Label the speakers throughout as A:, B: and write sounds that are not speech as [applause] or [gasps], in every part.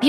A: 美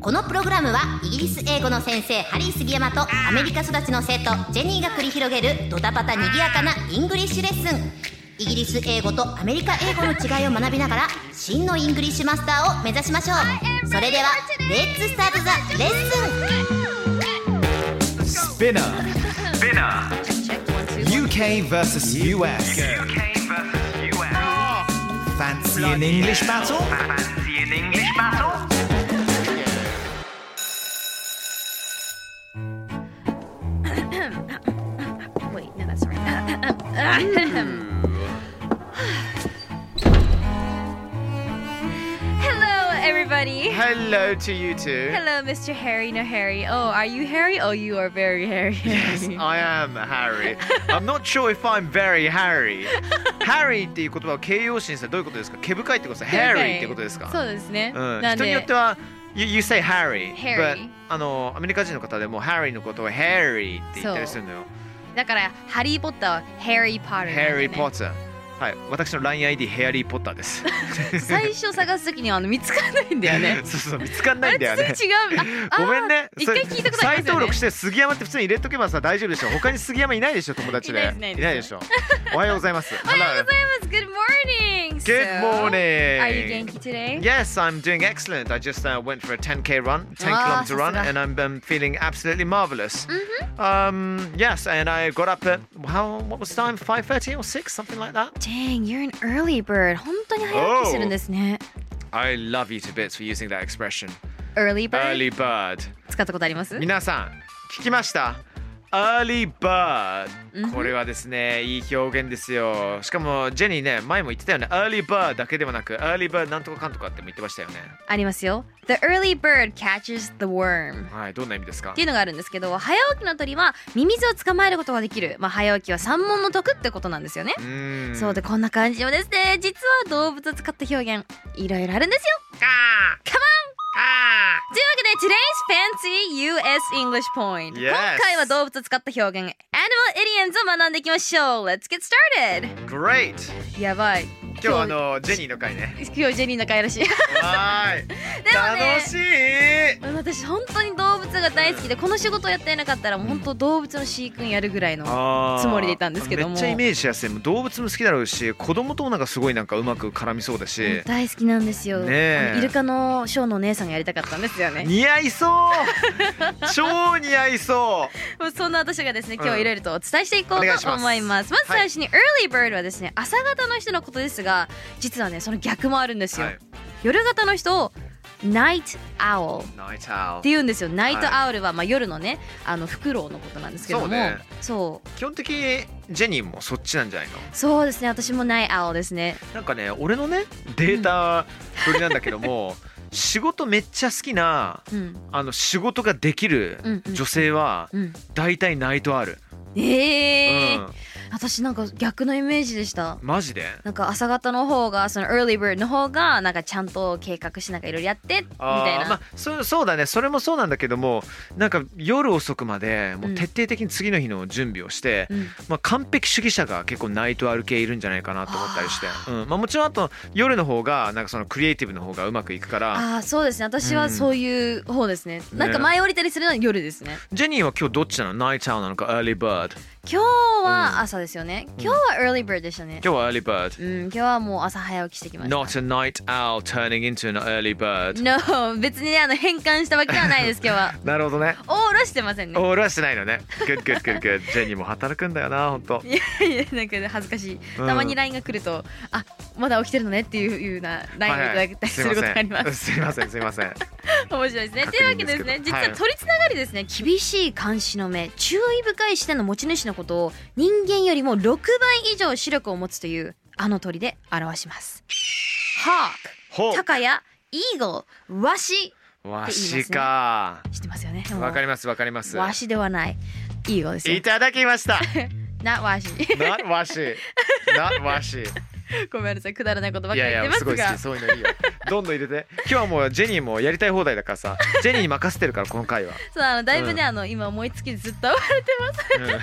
B: このプログラムはイギリス英語の先生ハリー杉山とアメリカ育ちの生徒ジェニーが繰り広げるドタパタにぎやかなイングリッシュレッスンイギリス英語とアメリカ英語の違いを学びながら真のイングリッシュマスターを目指しましょうそれではレッツスタートザレッスン
C: Spinner. Spinner. UK versus US.
D: UK versus US.
C: Fancy an English battle?
D: Fancy an English battle?
E: [laughs] Hello, everybody.
C: Hello to you two.
E: Hello, Mr. Harry. No, Harry. Oh, are you Harry? Oh, you are very Harry. [laughs]
C: Yes, I am Harry. I'm not sure if I'm very Harry. Harry っていう言葉を形容詞にしたらどういうことですか毛深いってことですか ?Harry ってことですか
E: そうですね。
C: うん、
E: なん
C: 人によっ
E: で
C: て、は you, you say Harry,
E: Harry
C: but あのアメリカ人の方でも Harry のことを Harry って言ったりするのよ。
E: だから、ハリー・ポッターはハリー・ポッター、
C: Harry Potter。はい、私の LINE ID ヘアリー・ポッターです。
E: 最初探すときにはあの見つからないんだよね
C: [laughs] 。そうそう、見つかんないんだよ
E: あれ
C: ね。
E: 次違う。ああ
C: [laughs]
E: ー
C: ごめんね。
E: 一回聞いたことあります
C: 再
E: よね
C: 登録して杉山って普通に入れとけばさ大丈夫でしょ。他に杉山いないでしょ友達で。
E: いないですいないです
C: でし
E: [laughs]
C: ょ。おはようございます。
E: おはようございます。Good morning.
C: Good morning.
E: Are you 元気 today?
C: Yes, I'm doing excellent. I just uh, went for a 10k run, 10
E: Ah,
C: kilometer run,
E: さすが。
C: and I'm, um feeling absolutely marvelous.
E: Mm-hmm.
C: Um, yes, and I got up at how? What was the time? 5:30 or 6, something like that.
E: Dang, you're an early bird. 本当に早起きしてるんですね。
C: I love you to bits for using that expression.
E: Early bird?
C: Early bird.
E: 使ったことあります
C: [laughs] 皆さん聞きましたアーリーバーこれはですねいい表現ですよしかもジェニーね前も言ってたよねアーリーバーだけではなくアーリーバーなんとかかんとかっても言ってましたよね
E: ありますよ。The early bird catches the worm.
C: はいどんな意味ですか
E: っていうのがあるんですけど早起きの鳥はミミズを捕まえることができる、まあ、早起きは三問の得ってことなんですよね
C: う、ーん
E: そうでこんな感じもですね実は動物を使った表現いろいろあるんですよ
C: あ
E: Come on! というわけで Today's Fancy US English Point、
C: Yes
E: 今回は動物を使った表現 Animal Idioms を学んでいきましょう Let's get started!
C: ー Great
E: やばい
C: 今日はあのジェニーの回
E: [laughs]
C: ね
E: 今日ジェニーの会らしい [laughs]
C: はーい
E: ね
C: 楽しい
E: 私本当に動物が大好きでこの仕事をやっていなかったらもう本当動物の飼育員やるぐらいのつもりでいたんですけども
C: めっちゃイメージしやすいもう動物も好きだろうし子供ともなんかすごいなんかうまく絡みそうだし
E: 大好きなんですよ、
C: ねえ
E: あのイルカのショーのお姉さんがやりたかったんですよね
C: 似合い
E: [laughs]
C: そう超似合いそう
E: もうそんな私がですね今日
C: うん
E: はいろいろとお伝えしていこう
C: お
E: と
C: 願いします
E: 思います、まず最初に early bird はですね朝方の人のことですが実はねその逆もあるんですよ、
C: はい
E: 夜型の人を night owl っ
C: ナイトアウ
E: て言うんですよ、ナイト
C: は
E: アウルはまあ夜のねあのフクロウのことなんですけども
C: そうね
E: そう
C: 基本的にジェニーもそっちなんじゃないの
E: そうですね私もナイトアウルですね
C: なんかね俺のねデータ取りなんだけど
E: [laughs]
C: も仕事めっちゃ好きな
E: うん
C: あの仕事ができる
E: うんうん
C: 女性は
E: うん
C: 大体ナイトある、う
E: ええー
C: ん、
E: 私なんか逆のイメージでした
C: マジで
E: なんか朝方の方がその early bird の方がなんかちゃんと計画しなんかいろいろやってみ
C: あー
E: たいな、
C: まあ、そうそうだねそれもそうなんだけどもなんか夜遅くまでもう
E: うん
C: 徹底的に次の日の準備をして、
E: うん
C: まあ、完璧主義者が結構ナイトアル系いるんじゃないかなと思ったりして、うんまあ、もちろんあと夜の方がなんかそのクリエイティブの方がうまくいくから
E: ああそうですね私はそういう方ですね、なんか前降りたりするのは夜ですね
C: ジェニーは今日どっちなのナイトアウなのか、アーリーバード。
E: 今日は朝ですよね、今日は early bird でしたね
C: 今日はアーリーバー
E: うん今日はもう朝早起きしてきまし
C: ド。
E: た
C: Not a night owl turning into an early bird。
E: No 別にねあの変換したわけではないです今
C: [laughs]
E: 日は
C: なるほどね。
E: オールはしてませんね
C: オールはしてないのね。Good, good, good, good. ジェニーも働くんだよな、ほんと。
E: いやいやなんか恥ずかしい、
C: うん
E: たまに LINE が来るとあまだ起きてるのねっていうような LINE をいただいたりすることがありま
C: す
E: す
C: いません、すいません。すいません
E: [laughs] 面白いですね。
C: 確
E: というわ
C: 認で
E: け
C: け
E: ですす
C: ど
E: ね、実
C: は
E: はい鳥つながりですね、厳しい監視の目、注意深い視点の持ち主のことを人間よりも6倍以上視力を持つというあの鳥で表します。ハーク、
C: ほう
E: タカやイーグル、ワシ、
C: わしか。
E: 知ってますよねでも
C: わかりますわかります。
E: わしではないいいようですよ
C: いただきま
E: [laughs]
C: した。
E: なわし
C: なわし。なわし。
E: [laughs] ごめんなさいくだらないことばっ
C: い
E: かり
C: や
E: 言っ
C: い
E: て
C: や
E: ますす
C: ごい好きそう
E: が
C: いうのいいよ。どんどん入れて。今日はもうジェニーもやりたい放題だからさ。ジェニーに任せてるからこの回は。
E: そうあのだいぶね、
C: うん
E: あの今思いつきでずっと [laughs] ちなみに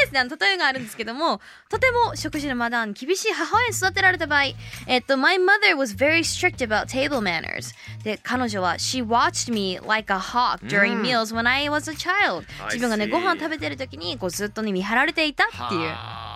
E: ですねあの例えがあるんですけどもとても食事のマダン厳しい母親に育てられた場合えっと My mother was very strict about table manners で彼女は She watched me like a hawk
C: う
E: during
C: ん
E: meals when I was a child
C: I
E: 自分がね
C: see
E: ご飯食べてる時にこうずっとね見張られていたって
C: うん
E: い
C: は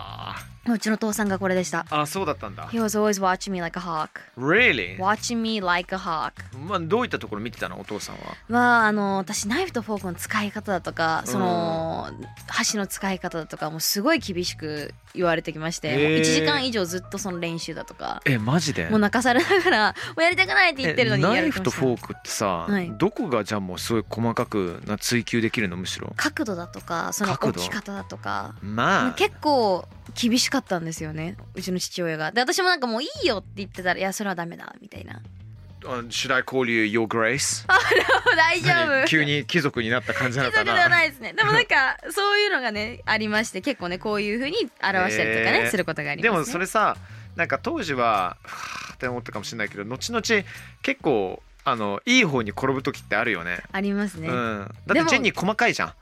E: ううちの父さんがこれでした
C: ああそうだったんだ。
E: He was always watching me like a hawk
C: Really?
E: watching me like a hawk
C: まあどういったところ見てたのお父さんは。
E: まああの私ナイフとフォークの使い方だとかその、箸の使い方だとかもうすごい厳しく言われてきまして、もう
C: へー
E: 1時間以上ずっとその練習だとか
C: えマジで
E: もう泣かされながら [laughs] 「もうやりたくない」って言ってるのにや
C: ナ
E: る
C: イフとフォ
E: ク
C: ークってさ、
E: はい
C: どこがじゃあもうすごい細かくな追求できるのむしろ
E: 角度だとかその
C: 角
E: 置
C: 度
E: き方だとか
C: まあ
E: 結構厳しかったんですよねうちの父親がで私もなんかもういいよって言ってたら「いやそれはダメだ」みたいな [laughs] 「
C: あ Should I call you your grace?
E: 大丈夫」
C: 何急に貴族になった感じなの
E: 貴
C: か
E: 族では
C: な
E: ないですね。でもなんかそういうのがねありまして結構ねこういう風に表したりとかね、
C: えー
E: することがあります、
C: で
E: ね。
C: もそれさなんか当時ははあって思ったかもしれないけど後々結構あのいい方に転ぶ時ってあるよね
E: ありますね。
C: う
E: うん
C: ん、だ
E: で
C: って
E: も
C: ジェニー細かい
E: [laughs]
C: じゃん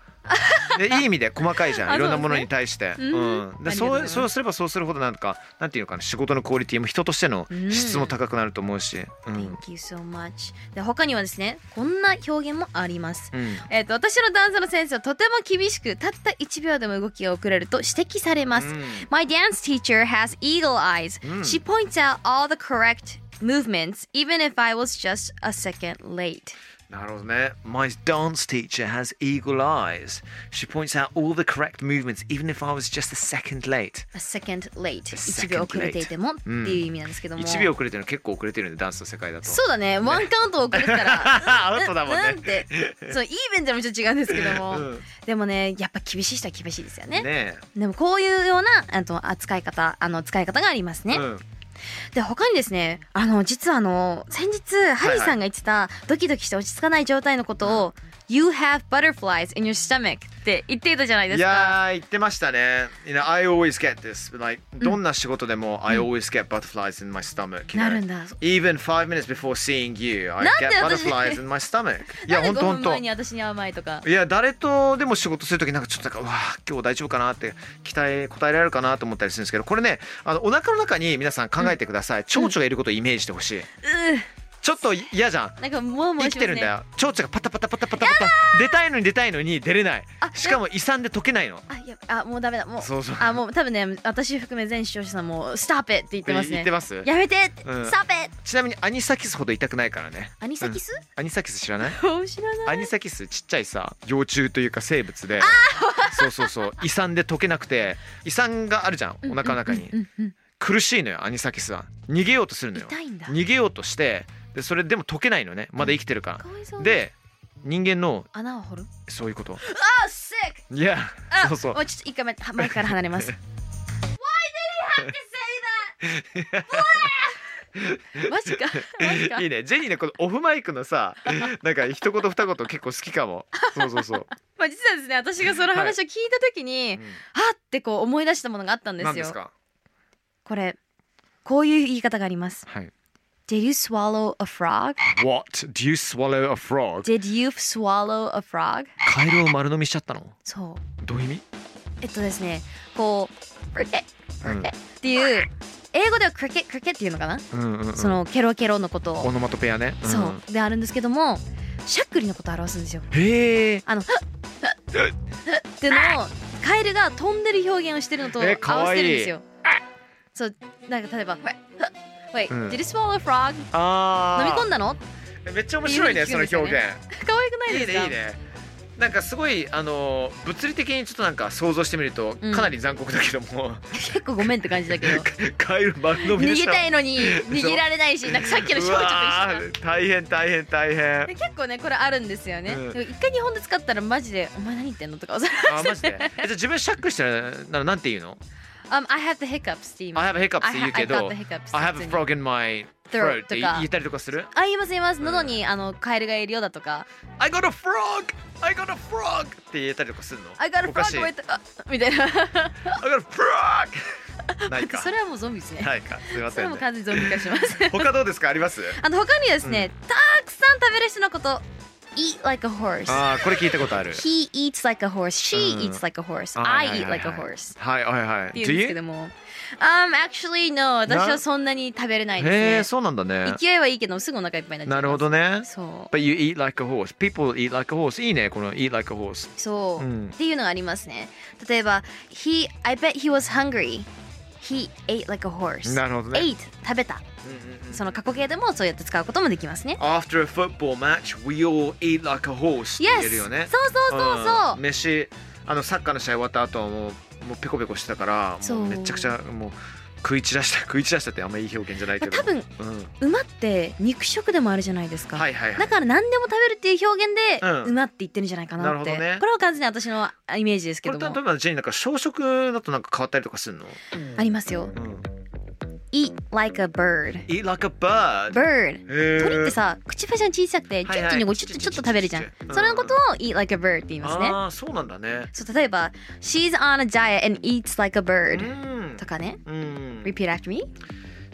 C: でいい意味で細かいじゃん
E: あ
C: いろんな
E: そうですね
C: ものに対して、
E: うん
C: うん、で
E: ありがとうござい
C: そう
E: ま
C: そう
E: す
C: すればそうするほどなんかなんていうのかな仕事のクオリティも人としての質も高くなると思うし、うんうん
E: Thank you so much。で他にはですねこんな表現もあります。えっ、と私のダンスの先生はとても厳しくたった1秒でも動きが遅れると指摘されます。
C: うん
E: My dance teacher has eagle eyes.
C: うん
E: She points out all the correct movements even if I was just a second late.
C: なるほどね。My dance teacher has eagle eyes. She points out all the correct movements, even if I was just a second late.
E: A second late.
C: second
E: 1秒遅れていてもっていう意味なんですけども。
C: 1秒遅れてるの結構遅れてるね、ダンスの世界だと。
E: そうだね、ワンカウント遅れてたら。
C: [laughs] アウトだもんね
E: なんて、そう、イーベントもちょっと違うんですけども、
C: うん
E: でもね、やっぱ厳しい人は厳しいですよね。
C: ね
E: でもこういうような、あと扱い方、あの使い方があります
C: え
E: ね。
C: うん
E: で、他にですね、あの実はあの先日ハリーさんが言ってた、ドキドキして落ち着かない状態のことを。You have butterflies in your stomach って言っていたじゃないで
C: い
E: すか。
C: やー言ってましたね。You know, I always get this. Like, どんな仕事でも、I always get butterflies in my stomach. you
E: なる
C: know.
E: んだ。
C: Even five minutes before seeing you, I
E: なんで
C: get
E: 私
C: butterflies in my stomach. いや、
E: な
C: ほ
E: ん
C: ん
E: で
C: とほ
E: 5
C: ん
E: 分
C: と
E: 前。に私に甘いとか。
C: いや誰とでも仕事する時なんかちょっとなんかうわあ今日大丈夫かなって期待答えられるかなと思ったりするんですけどこれねあのお腹の中に皆さん考えてください、蝶々がいることをイメージしてほしい、
E: う
C: ちょっと嫌じゃん
E: ん、なんかもうもう
C: 生きてるんだよ蝶々がパタパタパタパタパタ出たいのに出たいのに出れない
E: あ
C: しかも胃酸で溶けないの
E: あ、やばいあ、もうダメだ。もう。
C: そうそう
E: あ、もう多分ね、私含め全視聴者さんも、スターペって言ってます
C: 言
E: ね
C: って。ます
E: やめて、って
C: うん
E: スターペ
C: ちなみにアニサキスほど痛くないからね
E: アニサキス、
C: アニサキス知らない
E: 知らない。
C: アニサキスちっちゃいさ幼虫というか生物でそうそうそう胃酸で溶けなくて胃酸があるじゃんお腹の中に
E: うんうん、
C: 苦しいのよアニサキスは逃げようとするのよ
E: 痛いんだ。
C: 逃げようとしてでそれでも解けないのねまだ生きてるか
E: かわいそ
C: ら
E: う。、
C: で人間の
E: 穴を掘る。
C: そういうこと
E: あ、sick
C: いや
E: あ、
C: そうそう
E: もうちょっと一回目、前から離
C: [laughs]
E: れます。Why did he have to say that? マジか。マジか。
C: いいねジェニーのこのオフマイクの
E: [laughs]
C: さなんか一言二言結構好きかもそうそうそう、
E: まあ、実はですね、私がその話を聞いたときに、
C: う
E: はっってこう思い出したものがあったん
C: ん、
E: ですよ。
C: 何ですか
E: これ、こういう言い方があります。
C: はい
E: Did you swallow a frog?
C: What do you swallow a frog?
E: Did you swallow a frog?
C: カエルを丸飲みしちゃったの
E: そう。
C: どういう意味
E: えっとですね、こう、クリケ
C: うん
E: ッっていう、英語ではクリケックリケッっていうのかな、
C: うんうん、うん、
E: そのケロケロのこと
C: オ
E: を、
C: ノマトペアね、ん
E: そう、であるんですけども、しゃっくりのことを表すんですよ。
C: へえ
E: あの、ふっふっふっってのを、カエルが飛んでる表現をしてるのと
C: え
E: 合
C: か
E: わ
C: わ
E: せ
C: いい
E: てるんですよ。そう、なんか例えば、ふっふっ Wait,
C: うん
E: did you swallow a frog? 飲み
C: あ
E: 込んだの
C: ーめっちゃ面白いねその表現
E: 可愛くない
C: い
E: で
C: い
E: す
C: ね
E: か
C: いいねなんかすごいあの物理的にちょっとなんか想像してみると
E: うん
C: かなり残酷だけども、
E: 結構ごめんって感じだけど。
C: [laughs] カエル丸飲み
E: 逃
C: で
E: げ
C: した
E: たいの
C: [laughs]
E: に逃げられないし、なんかさっきの少女
C: う
E: と一緒だ
C: わー大変大変大変
E: [laughs] で結構ねこれあるんですよね、
C: うん
E: でも一回日本で使ったらマジで「お前何言ってんの?」
C: [laughs]
E: とか「
C: あマジでえじゃあ自分シャックしたらならなんて言うの
E: um, I have the hiccups」って言います
C: I have a hiccups って言うけ
E: I
C: ど
E: have I got the hiccups
C: I have a
E: 普通に
C: frog in my
E: throat
C: っ
E: と
C: て
E: か
C: 言ったりとかする
E: あ言います言います喉にあのカエルがいるようだとか
C: I got a frog! I got a frog! って言ったりとかするの
E: I got a
C: おかしい
E: frog with あみたいな
C: I got a frog! ないか
E: [laughs] それはもうゾンビですね、
C: ないかすいま
E: そ
C: せ
E: れ
C: ん、
E: も
C: ね、
E: 完全にゾンビ化します [laughs]
C: 他どうですかあります
E: あの他にはですね、たくさん食べる人のこと eat like a horse
C: ああこれ聞いたことある
E: he eats like a horse she
C: うん
E: eats like a horse
C: あ
E: I
C: はい
E: eat
C: はい
E: like
C: は
E: a
C: い
E: horse
C: はいはいはい
E: っていうんですけども um actually no 私はそんなに食べれない
C: Do you？へえ
E: です
C: そうなんだ
E: ね
C: ね
E: 勢いはいいけどすぐお腹いっぱいになっちゃいます
C: なるほどね
E: そう
C: But you eat like a horse People eat like a horse いいねこの eat like a horse
E: そう、
C: うん
E: っていうのがありますね例えば he I bet he was hungry he ate like a horse
C: なるほどね
E: ate 食べたその過去形でもそうやって使うこともできますね
C: After a football match we all eat like a horse って言
E: Yes
C: えるよね
E: そうそうそうそう
C: うん飯あのサッカーの試合終わった後はもうもうペコペコしてたから
E: そ
C: も
E: う
C: うめちゃくちゃもう食い散らした [laughs] 食い散らしたってあんまいい表現じゃないけど
E: 多分
C: うん
E: 馬って肉食でもあるじゃないですか、
C: はいはいはい
E: だから何でも食べるっていう表現で、
C: うん
E: 馬って言ってるんじゃないかなって
C: なるほどね
E: これは完全に私のあイメージです
C: こ
E: け
C: れ
E: ど
C: 例え
E: も
C: ばジェニーなんか小食だとなんか変わったりとかするの、
E: ありますよ eat like a bird
C: Eat like a bird,
E: bird
C: へー
E: 鳥ってさ口ばしが小さくて
C: い
E: チ
C: はい
E: ュッチュにこうちょっとちょっと食べるじゃん
C: チュッチュッチュッチュッうん
E: それのことを eat like a bird って言いますね
C: ああそうなんだね
E: そう例えば she's on a diet and eats like a
C: う
E: bird
C: ん
E: とかね
C: うん
E: repeat after me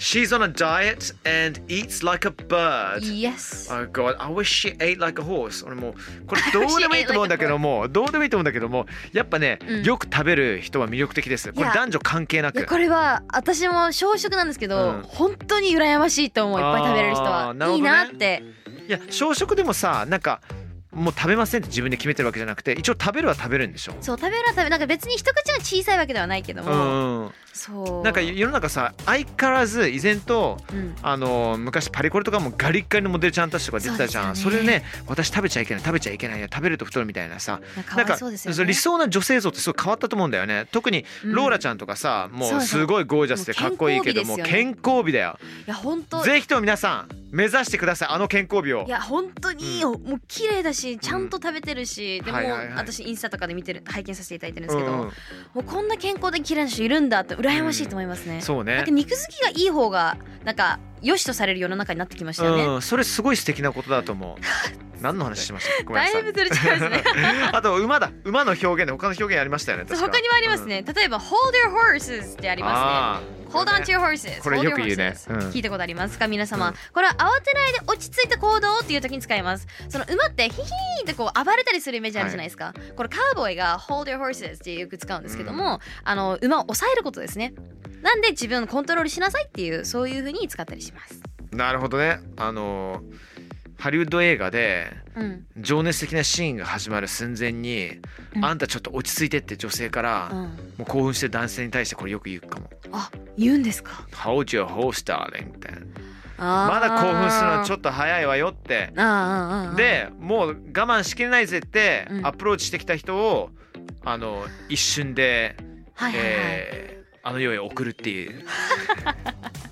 C: She's on a diet and eats like a bird
E: yes
C: Oh god, I wish she ate like a horse 俺
E: [laughs]
C: もうこれどうでもいいと思うんだけどもどうでもいいと思うんだけどもやっぱね、
E: うん
C: よく食べる人は魅力的ですこ
E: い
C: れ
E: や
C: 男女関係なく
E: いやこれは私も小食なんですけど、
C: うん
E: 本当に羨ましいと思ういっぱい食べれる人
C: あー
E: は、
C: なる
E: い
C: ほ
E: い
C: どね
E: なって
C: いや小食でもさなんかもう食べませんって自分で決めてるわけじゃなくて一応食べるは食べるんでしょ
E: そう食べるは食べなんか別に一口が小さいわけではないけど
C: う
E: も、
C: んうん
E: そう
C: なんか世の中さ相変わらず依然と
E: うん
C: あの昔パリコレとかもガリッガリのモデルちゃんたちとか出てたじゃんそ,、
E: そうで
C: れ
E: すよね
C: ね私食べちゃいけない食べちゃいけない食べると太るみたいなさ
E: なんかか
C: なん
E: わ
C: か
E: いそうですよ
C: そう
E: ね
C: 理想な女性像ってすごい変わったと思うんだよね特に
E: うん
C: ローラちゃんとかさ、も
E: そううそう
C: すごいゴージャスでかっこいいけども
E: もう
C: 健
E: 健
C: 康美だよ
E: いや本当
C: ぜひとも皆さん目指してくださいあの健康美を
E: いや本当にいいよ、もう綺麗だしちゃんと食べてるし、でも、
C: はいはいはい
E: 私インスタとかで見てる拝見させていただいてるんですけど、
C: うん
E: もうこんな健康で綺麗な人いるんだって羨ましいと思いますね、
C: そう
E: なん
C: ね
E: か肉付きがいい方がなんか良しとされる世の中になってきましたよね、
C: うん、それすごい素敵なことだと思
E: [laughs]
C: う何の話しましたごめんな
E: だ
C: さ
E: い
C: い
E: ぶずれちゃ
C: [laughs]
E: いますね
C: あと馬だ馬の表現で他の表現ありましたよね
E: そう
C: 確か
E: 他にもありますね、例えば hold your horses ってありますね
C: あー
E: Hold on to your horses.
C: これ
E: Hold
C: よ
E: your
C: く言うね
E: horses.
C: うん
E: 聞いたことありますか皆様、
C: うん
E: これは慌てないで落ち着いた行動っていう時に使いますその馬ってヒヒーンってこう暴れたりするイメージあるじゃないですか、これカーボーイが Hold your horses ってよく使うんですけども、あの馬を抑えることですねなんで自分をコントロールしなさいっていうそういう風に使ったりします
C: なるほどねあのハリウッド映画で
E: うん
C: 情熱的なシーンが始まる寸前に、
E: うん
C: あんたちょっと落ち着いてって女性から、
E: うん
C: もう興奮してる男性に対してこれよく言うかも
E: あ言うんですか
C: 「Hold your horse darling」みたいな
E: ま
C: まだ興奮するのはちょ
E: っ
C: っと早いわよって
E: とあーあーあー
C: でもう我慢しきれないぜって
E: うん
C: アプローチしてきた人を、あの一瞬で、
E: はいはいはい、
C: えーあの世へ送るって
E: [laughs]
C: いう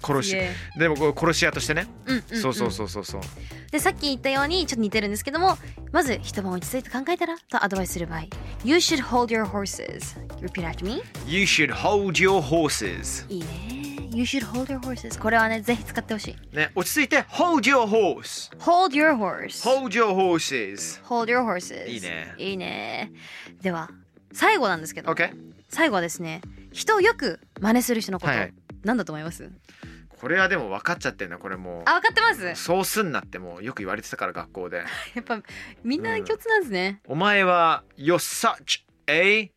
C: 殺
E: す
C: し
E: げえ
C: でもこう殺し屋としてね、
E: うんうんうん
C: そうそうそうそうそう
E: でさっき言ったようにちょっと似てるんですけどもまず一晩落ち着いて考えたらとアドバイスする場合 You should hold your horses Repeat after me
C: You should hold your horses
E: いいね You should hold your horses これはねぜひ使ってほしい
C: ね落ち着いて Hold your horse
E: Hold your horse
C: Hold your horses
E: Hold your horses
C: いいね
E: いいねでは最後なんですけど、
C: OK
E: 最後はですね人をよく真似する人のこと、
C: はいはい
E: なんだと思います
C: これはでも分かっちゃってるなこれも
E: あ分かってます
C: うそうすんなってもうよく言われてたから学校で
E: やっぱみんな共通なんですね、
C: お前は You're such a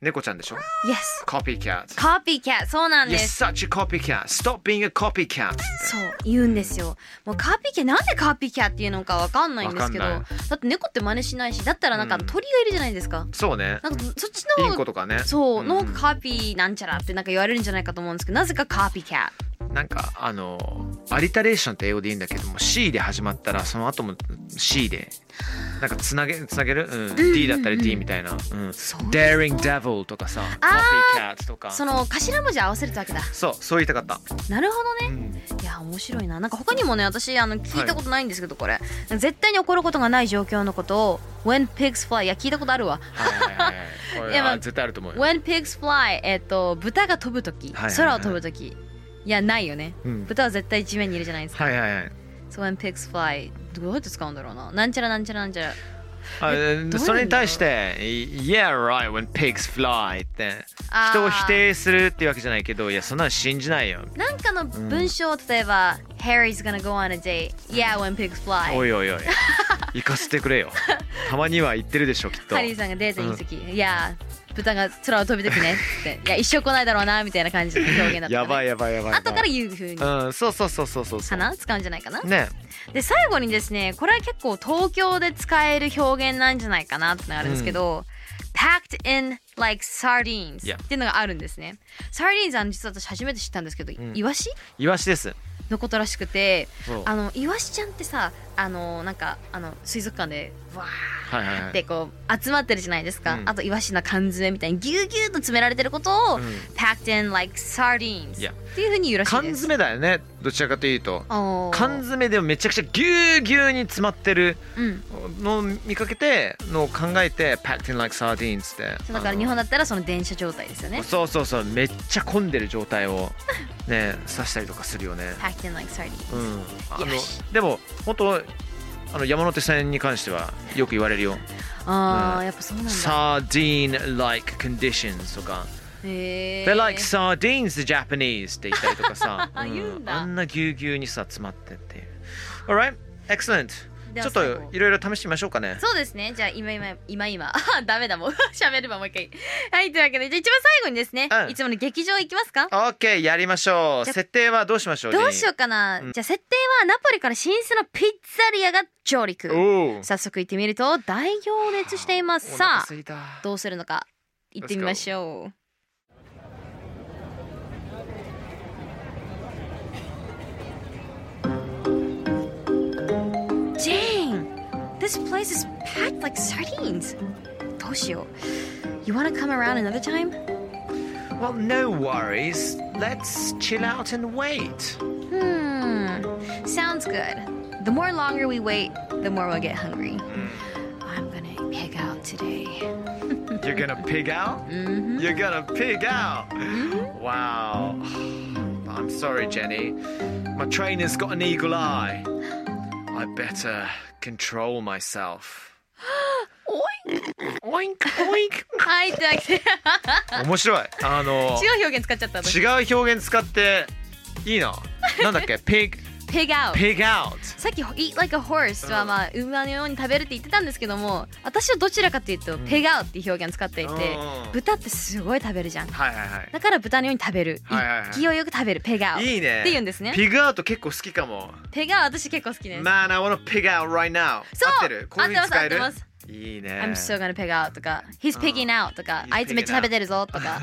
C: 猫ちゃんでしょ
E: Yes
C: Copycat
E: カピーキャそうなん
C: You're
E: です
C: such a copycat Stop being a copycat
E: そう言うんですよもうカーピーキャなんでカーピーキャっていうのかわかんないんですけど
C: わかん
E: だ
C: な
E: って猫って真似しないしだったらなんか
C: うん
E: 鳥がいるじゃないですか、
C: そうね
E: なんかそっち
C: イ
E: の
C: ン
E: 方
C: コ
E: が
C: とかね
E: そう、
C: ん
E: の方がカーピーなんちゃらってなんか言われるんじゃないかと思うんですけどなぜかカーピーキャ
C: なんかあのアリタレーションって英語でいいんだけども C で始まったらその後も C でなんかつなげつなげる、うん D だったり D みたいな、うん、Daring Devil とかさ
E: あ
C: Copycat とか
E: その頭文字合わせるってわけだ
C: そうそう言いたかった、
E: なるほど
C: う
E: ね
C: ん
E: いや面白いななんか他にもね私あの聞いたことないんですけど、これ絶対に起こることがない状況のことを「When pigs fly」いや聞いたことあるわ
C: はいはいはいはいこ
E: い
C: れ
E: やま
C: は
E: あ
C: 絶対あると思うよ
E: When pigs fly えっと豚が飛ぶとき、
C: はいはいはい
E: 空を飛ぶときいやないよね、
C: うん
E: 豚は絶対地面にいるじゃないですか
C: はいはいはい。
E: So when pigs fly どうやって使うんだろうななんちゃらなんちゃらなんちゃら
C: あ
E: どう
C: それに対して「Yeah right when pigs fly」って
E: あー
C: 人を否定するっていうわけじゃないけどいやそんなの信じないよ
E: なんかの文章、例えば Harry's gonna go on a date Yeah when pigs fly
C: おいおいおい行かせてくれ
E: [laughs]
C: よたまには言ってるでしょきっと
E: ハリーさんがデートに行く時、いやー豚が空を飛びてくねっていや一生来ないだろうなみたいな感じの表現だった、ね、
C: やばいやばいやばいやばい
E: 後から言う風に
C: うんそうそうそうそうそうそ
E: か
C: う
E: な使うんじゃないかな
C: ね
E: で最後にですねこれは結構東京で使える表現なんじゃないかなってのがあるんですけど、packed in like sardines
C: Yeah
E: っていうのがあるんですね。サリーンズは実は私初めて知ったんですけど、
C: ん
E: イワシ
C: イワシです
E: のことらしくて
C: そう
E: あのイワシちゃんってさあのなんかあの水族館でわ
C: はいはい
E: ー
C: は
E: っ
C: い
E: てこう集まってるじゃないですか、
C: うん
E: あとイワシの缶詰みたいにぎゅうぎゅうと詰められてることを、
C: うん
E: packed in like sardines っ
C: Yeah
E: ていうふうに言うらしい
C: 缶
E: です。
C: 詰だよねどちらかというと
E: あー
C: 缶詰でもめちゃくちゃぎゅうぎゅうに詰まってる
E: うん、
C: のを見かけてのを考えて「Packed in like sardines」って
E: そうだから日本だったらその電車状態ですよね。
C: そうそうそうめっちゃ混んでる状態をね刺したりとかするよね
E: packed in like sardines、
C: うんあの
E: よし
C: でも本当あの山手線に関してはよく言われるよ
E: ああ、
C: うん
E: やっぱそうなんだ。
C: sardine like conditions とか
E: へえ。
C: They're like sardines the Japanese って言ったりとかさ
E: [laughs] あ言うんだ
C: あんなぎゅうぎゅうにさ詰まってっていう Alright excellent
E: で
C: ち
E: は
C: ょっ
E: 最
C: と
E: 後
C: いろいろ試してみましょうかね
E: そうですね。じゃあ今今今今。 [laughs] あダメだもう。喋ればもう一回。はい、というわけで、じゃあ一番最後にですね、
C: うん
E: いつもの劇場行きますか
C: OK やりましょう
E: じゃ
C: 設定はどうしましょう
E: どうしよ
C: う
E: うかな。
C: うん
E: じゃあ設定はナポリから新種のピッツァリアが上陸。
C: おお
E: 早速行ってみると大行列しています。
C: お腹
E: さ
C: す
E: あ、
C: いた
E: どうするのか行ってみましょう。ジェーン This place is packed like sardines. どうしよう。You wanna come around another time?
C: Well no worries let's chill out and wait
E: Hmm. Sounds good. The more longer we wait, the more we'll get hungry. I'm gonna pig out today. [laughs]
C: You're gonna pig out?
E: Mm-hmm.
C: You're gonna pig out! Wow. I'm sorry, Jenny. My trainer's got an eagle eye. I better control myself.
E: [gasps]
C: Oink!
E: [laughs]
C: Oink!
E: はい、というわけで
C: 面白い。あの、
E: 違う [laughs] 表現使っちゃった私。
C: 違う表現使っていいな。なんだっけ
E: [laughs]
C: ?pig,
E: pig out.
C: pig out!
E: さっき「Eat like a horse」はまあ馬のように食べるって言ってたんですけども私はどちらかというと「pig out」っていう表現を使っていて
C: うん
E: 豚ってすごい食べるじゃん
C: はいはいはい。
E: だから豚のように食べる
C: はいはいはい
E: 勢いよく食べる「pig out」
C: いいね。
E: って言うんですね
C: ピグアウト結構好きかも。
E: 「pig out」私結構好きです
C: Man, I wanna pig out right now.
E: そう
C: 合ってるこういうふうに使える
E: 合ってます
C: いい
E: 「
C: ね。
E: I'm so gonna pig out」とか「He's pigging out」とか
C: He's
E: 「あいつめっちゃ
C: pigging out
E: 食べてるぞ」とか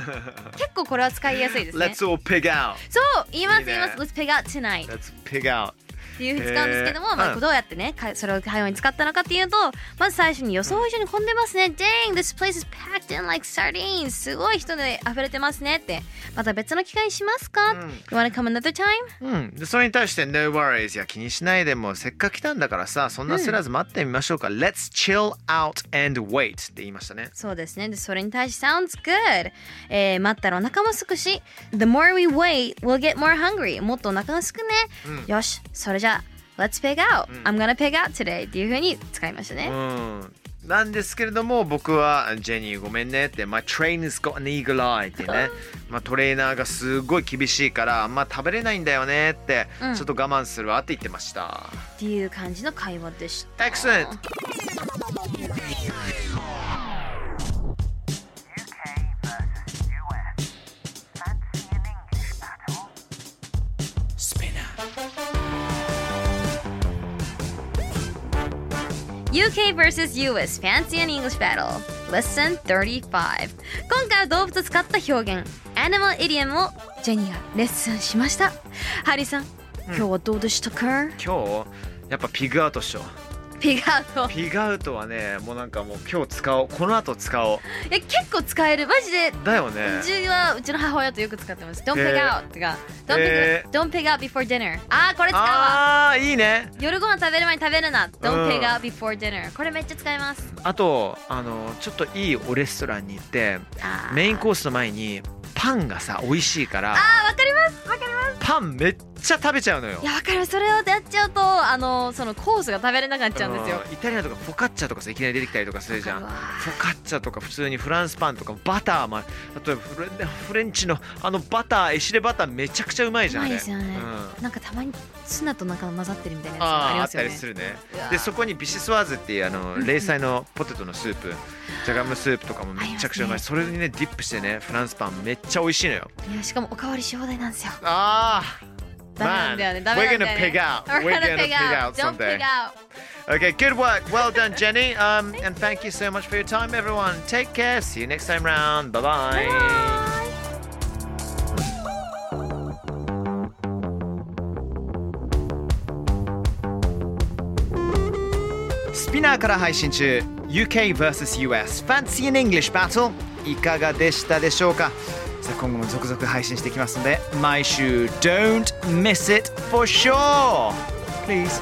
E: 結構これは使いやすいです
C: [laughs]
E: ね
C: Let's all pig out.
E: そう言いま
C: い
E: す
C: いね
E: 言います「Let's pig out tonight」
C: Let's pig out.
E: っていうふうに使うんですけども、
C: へー
E: ま
C: う
E: あ、
C: ん
E: どうやってねかそれを会話に使ったのかっていうとまず最初に予想以上に混んでますね、Dang this place is packed in like sardines すごい人で溢れてますねってまた別の機会にしますか、
C: ん
E: You wanna come another time?
C: うん。でそれに対して No worries いや気にしないでもうせっかく来たんだからさそんなすらず待ってみましょうか。Let's chill out and wait って言いましたね。
E: そうですねでそれに対して Sounds good、えー待ったらお腹もすくし The more we wait we'll get more hungry もっとお腹がすくね、よしそれじゃあ Let's pig out、I'm gonna pig out today っていうふうに使いましたね、
C: うん。なんですけれども僕はジェニーごめんねって My trainer's got an eagle eye ってねまあトレーナーがすごい厳しいからあんま食べれないんだよねって、
E: うん
C: ちょっと我慢するわって言ってました。
E: っていう感じの会話でした
C: Excellent!
D: UK versus US. Fancy an English battle?
C: スピナー
E: UK vs US Fancy and English Battle Lesson 35今回は動物を使った表現 Animal Idiom をジェニーがレッスンしましたハリーさん、今日はどうでしたか
C: 今日やっぱピグアウトっしょ
E: ピガート
C: ピグアウトはねもうなんかもう今日使おうこの後使お
E: いや結構使えるマジで
C: うだよね
E: うちはうちの母親とよく使ってます Don't
C: へ
E: pig
C: ー
E: out とか Don't
C: へ
E: pig Don't pig out before dinner あーこれ使うわ
C: ああーいいね
E: 夜ご飯食べる前に食べるな Don't
C: うん
E: pig out before dinner これめっちゃ使います
C: あとあのちょっといいおレストランに行って
E: あー
C: メインコースの前にパンがさ美味しいから
E: あーわかりますわかります
C: パンめっちゃ食べちゃうのよ
E: いやわかるそれをやっちゃうとあのそのコースが食べれなくなっちゃうんですよ
C: うんイタリアンとかフォカッチャとかさいきなり出てきたりとかするじゃん
E: わ
C: フ
E: かる
C: ォ
E: わ
C: カッチャとか普通にフランスパンとかバターもあとフレフレンチのあのバターエシレバターめちゃくちゃうまいじゃんあれ
E: うまいですよね
C: うん
E: なんかたまにツナとなんか混ざってるみたいなやつがあ
C: あ
E: り
C: ーあ
E: ま
C: っ
E: すよ
C: た
E: ね
C: りするね
E: うわー
C: でそこにビシスワーズっていうあの冷菜のポテトのスープジャガムスープとかもめちゃくちゃうま
E: ありま
C: いそれにねディップしてねフランスパンめっちゃ美味しいのよ
E: いやしかもおかわりし放題なんですよ
C: あ
E: ダメなんだよねダメ
C: We're
E: なんだ
C: gonna
E: よね
C: pig out.
E: We're
C: We're
E: gonna
C: gonna
E: pig
C: pig
E: out
C: out
E: Don't
C: someday.
E: pig out
C: Okay, good work. Well done, Jenny. Um, and thank you so much for your time, everyone. Take care. See you next time round. Bye bye. Spinner から配信中 UK vs.US Fancy in English Battle いかがでしたでしょうかさあ今後も続々配信していきますので毎週 Don't miss it for sure Please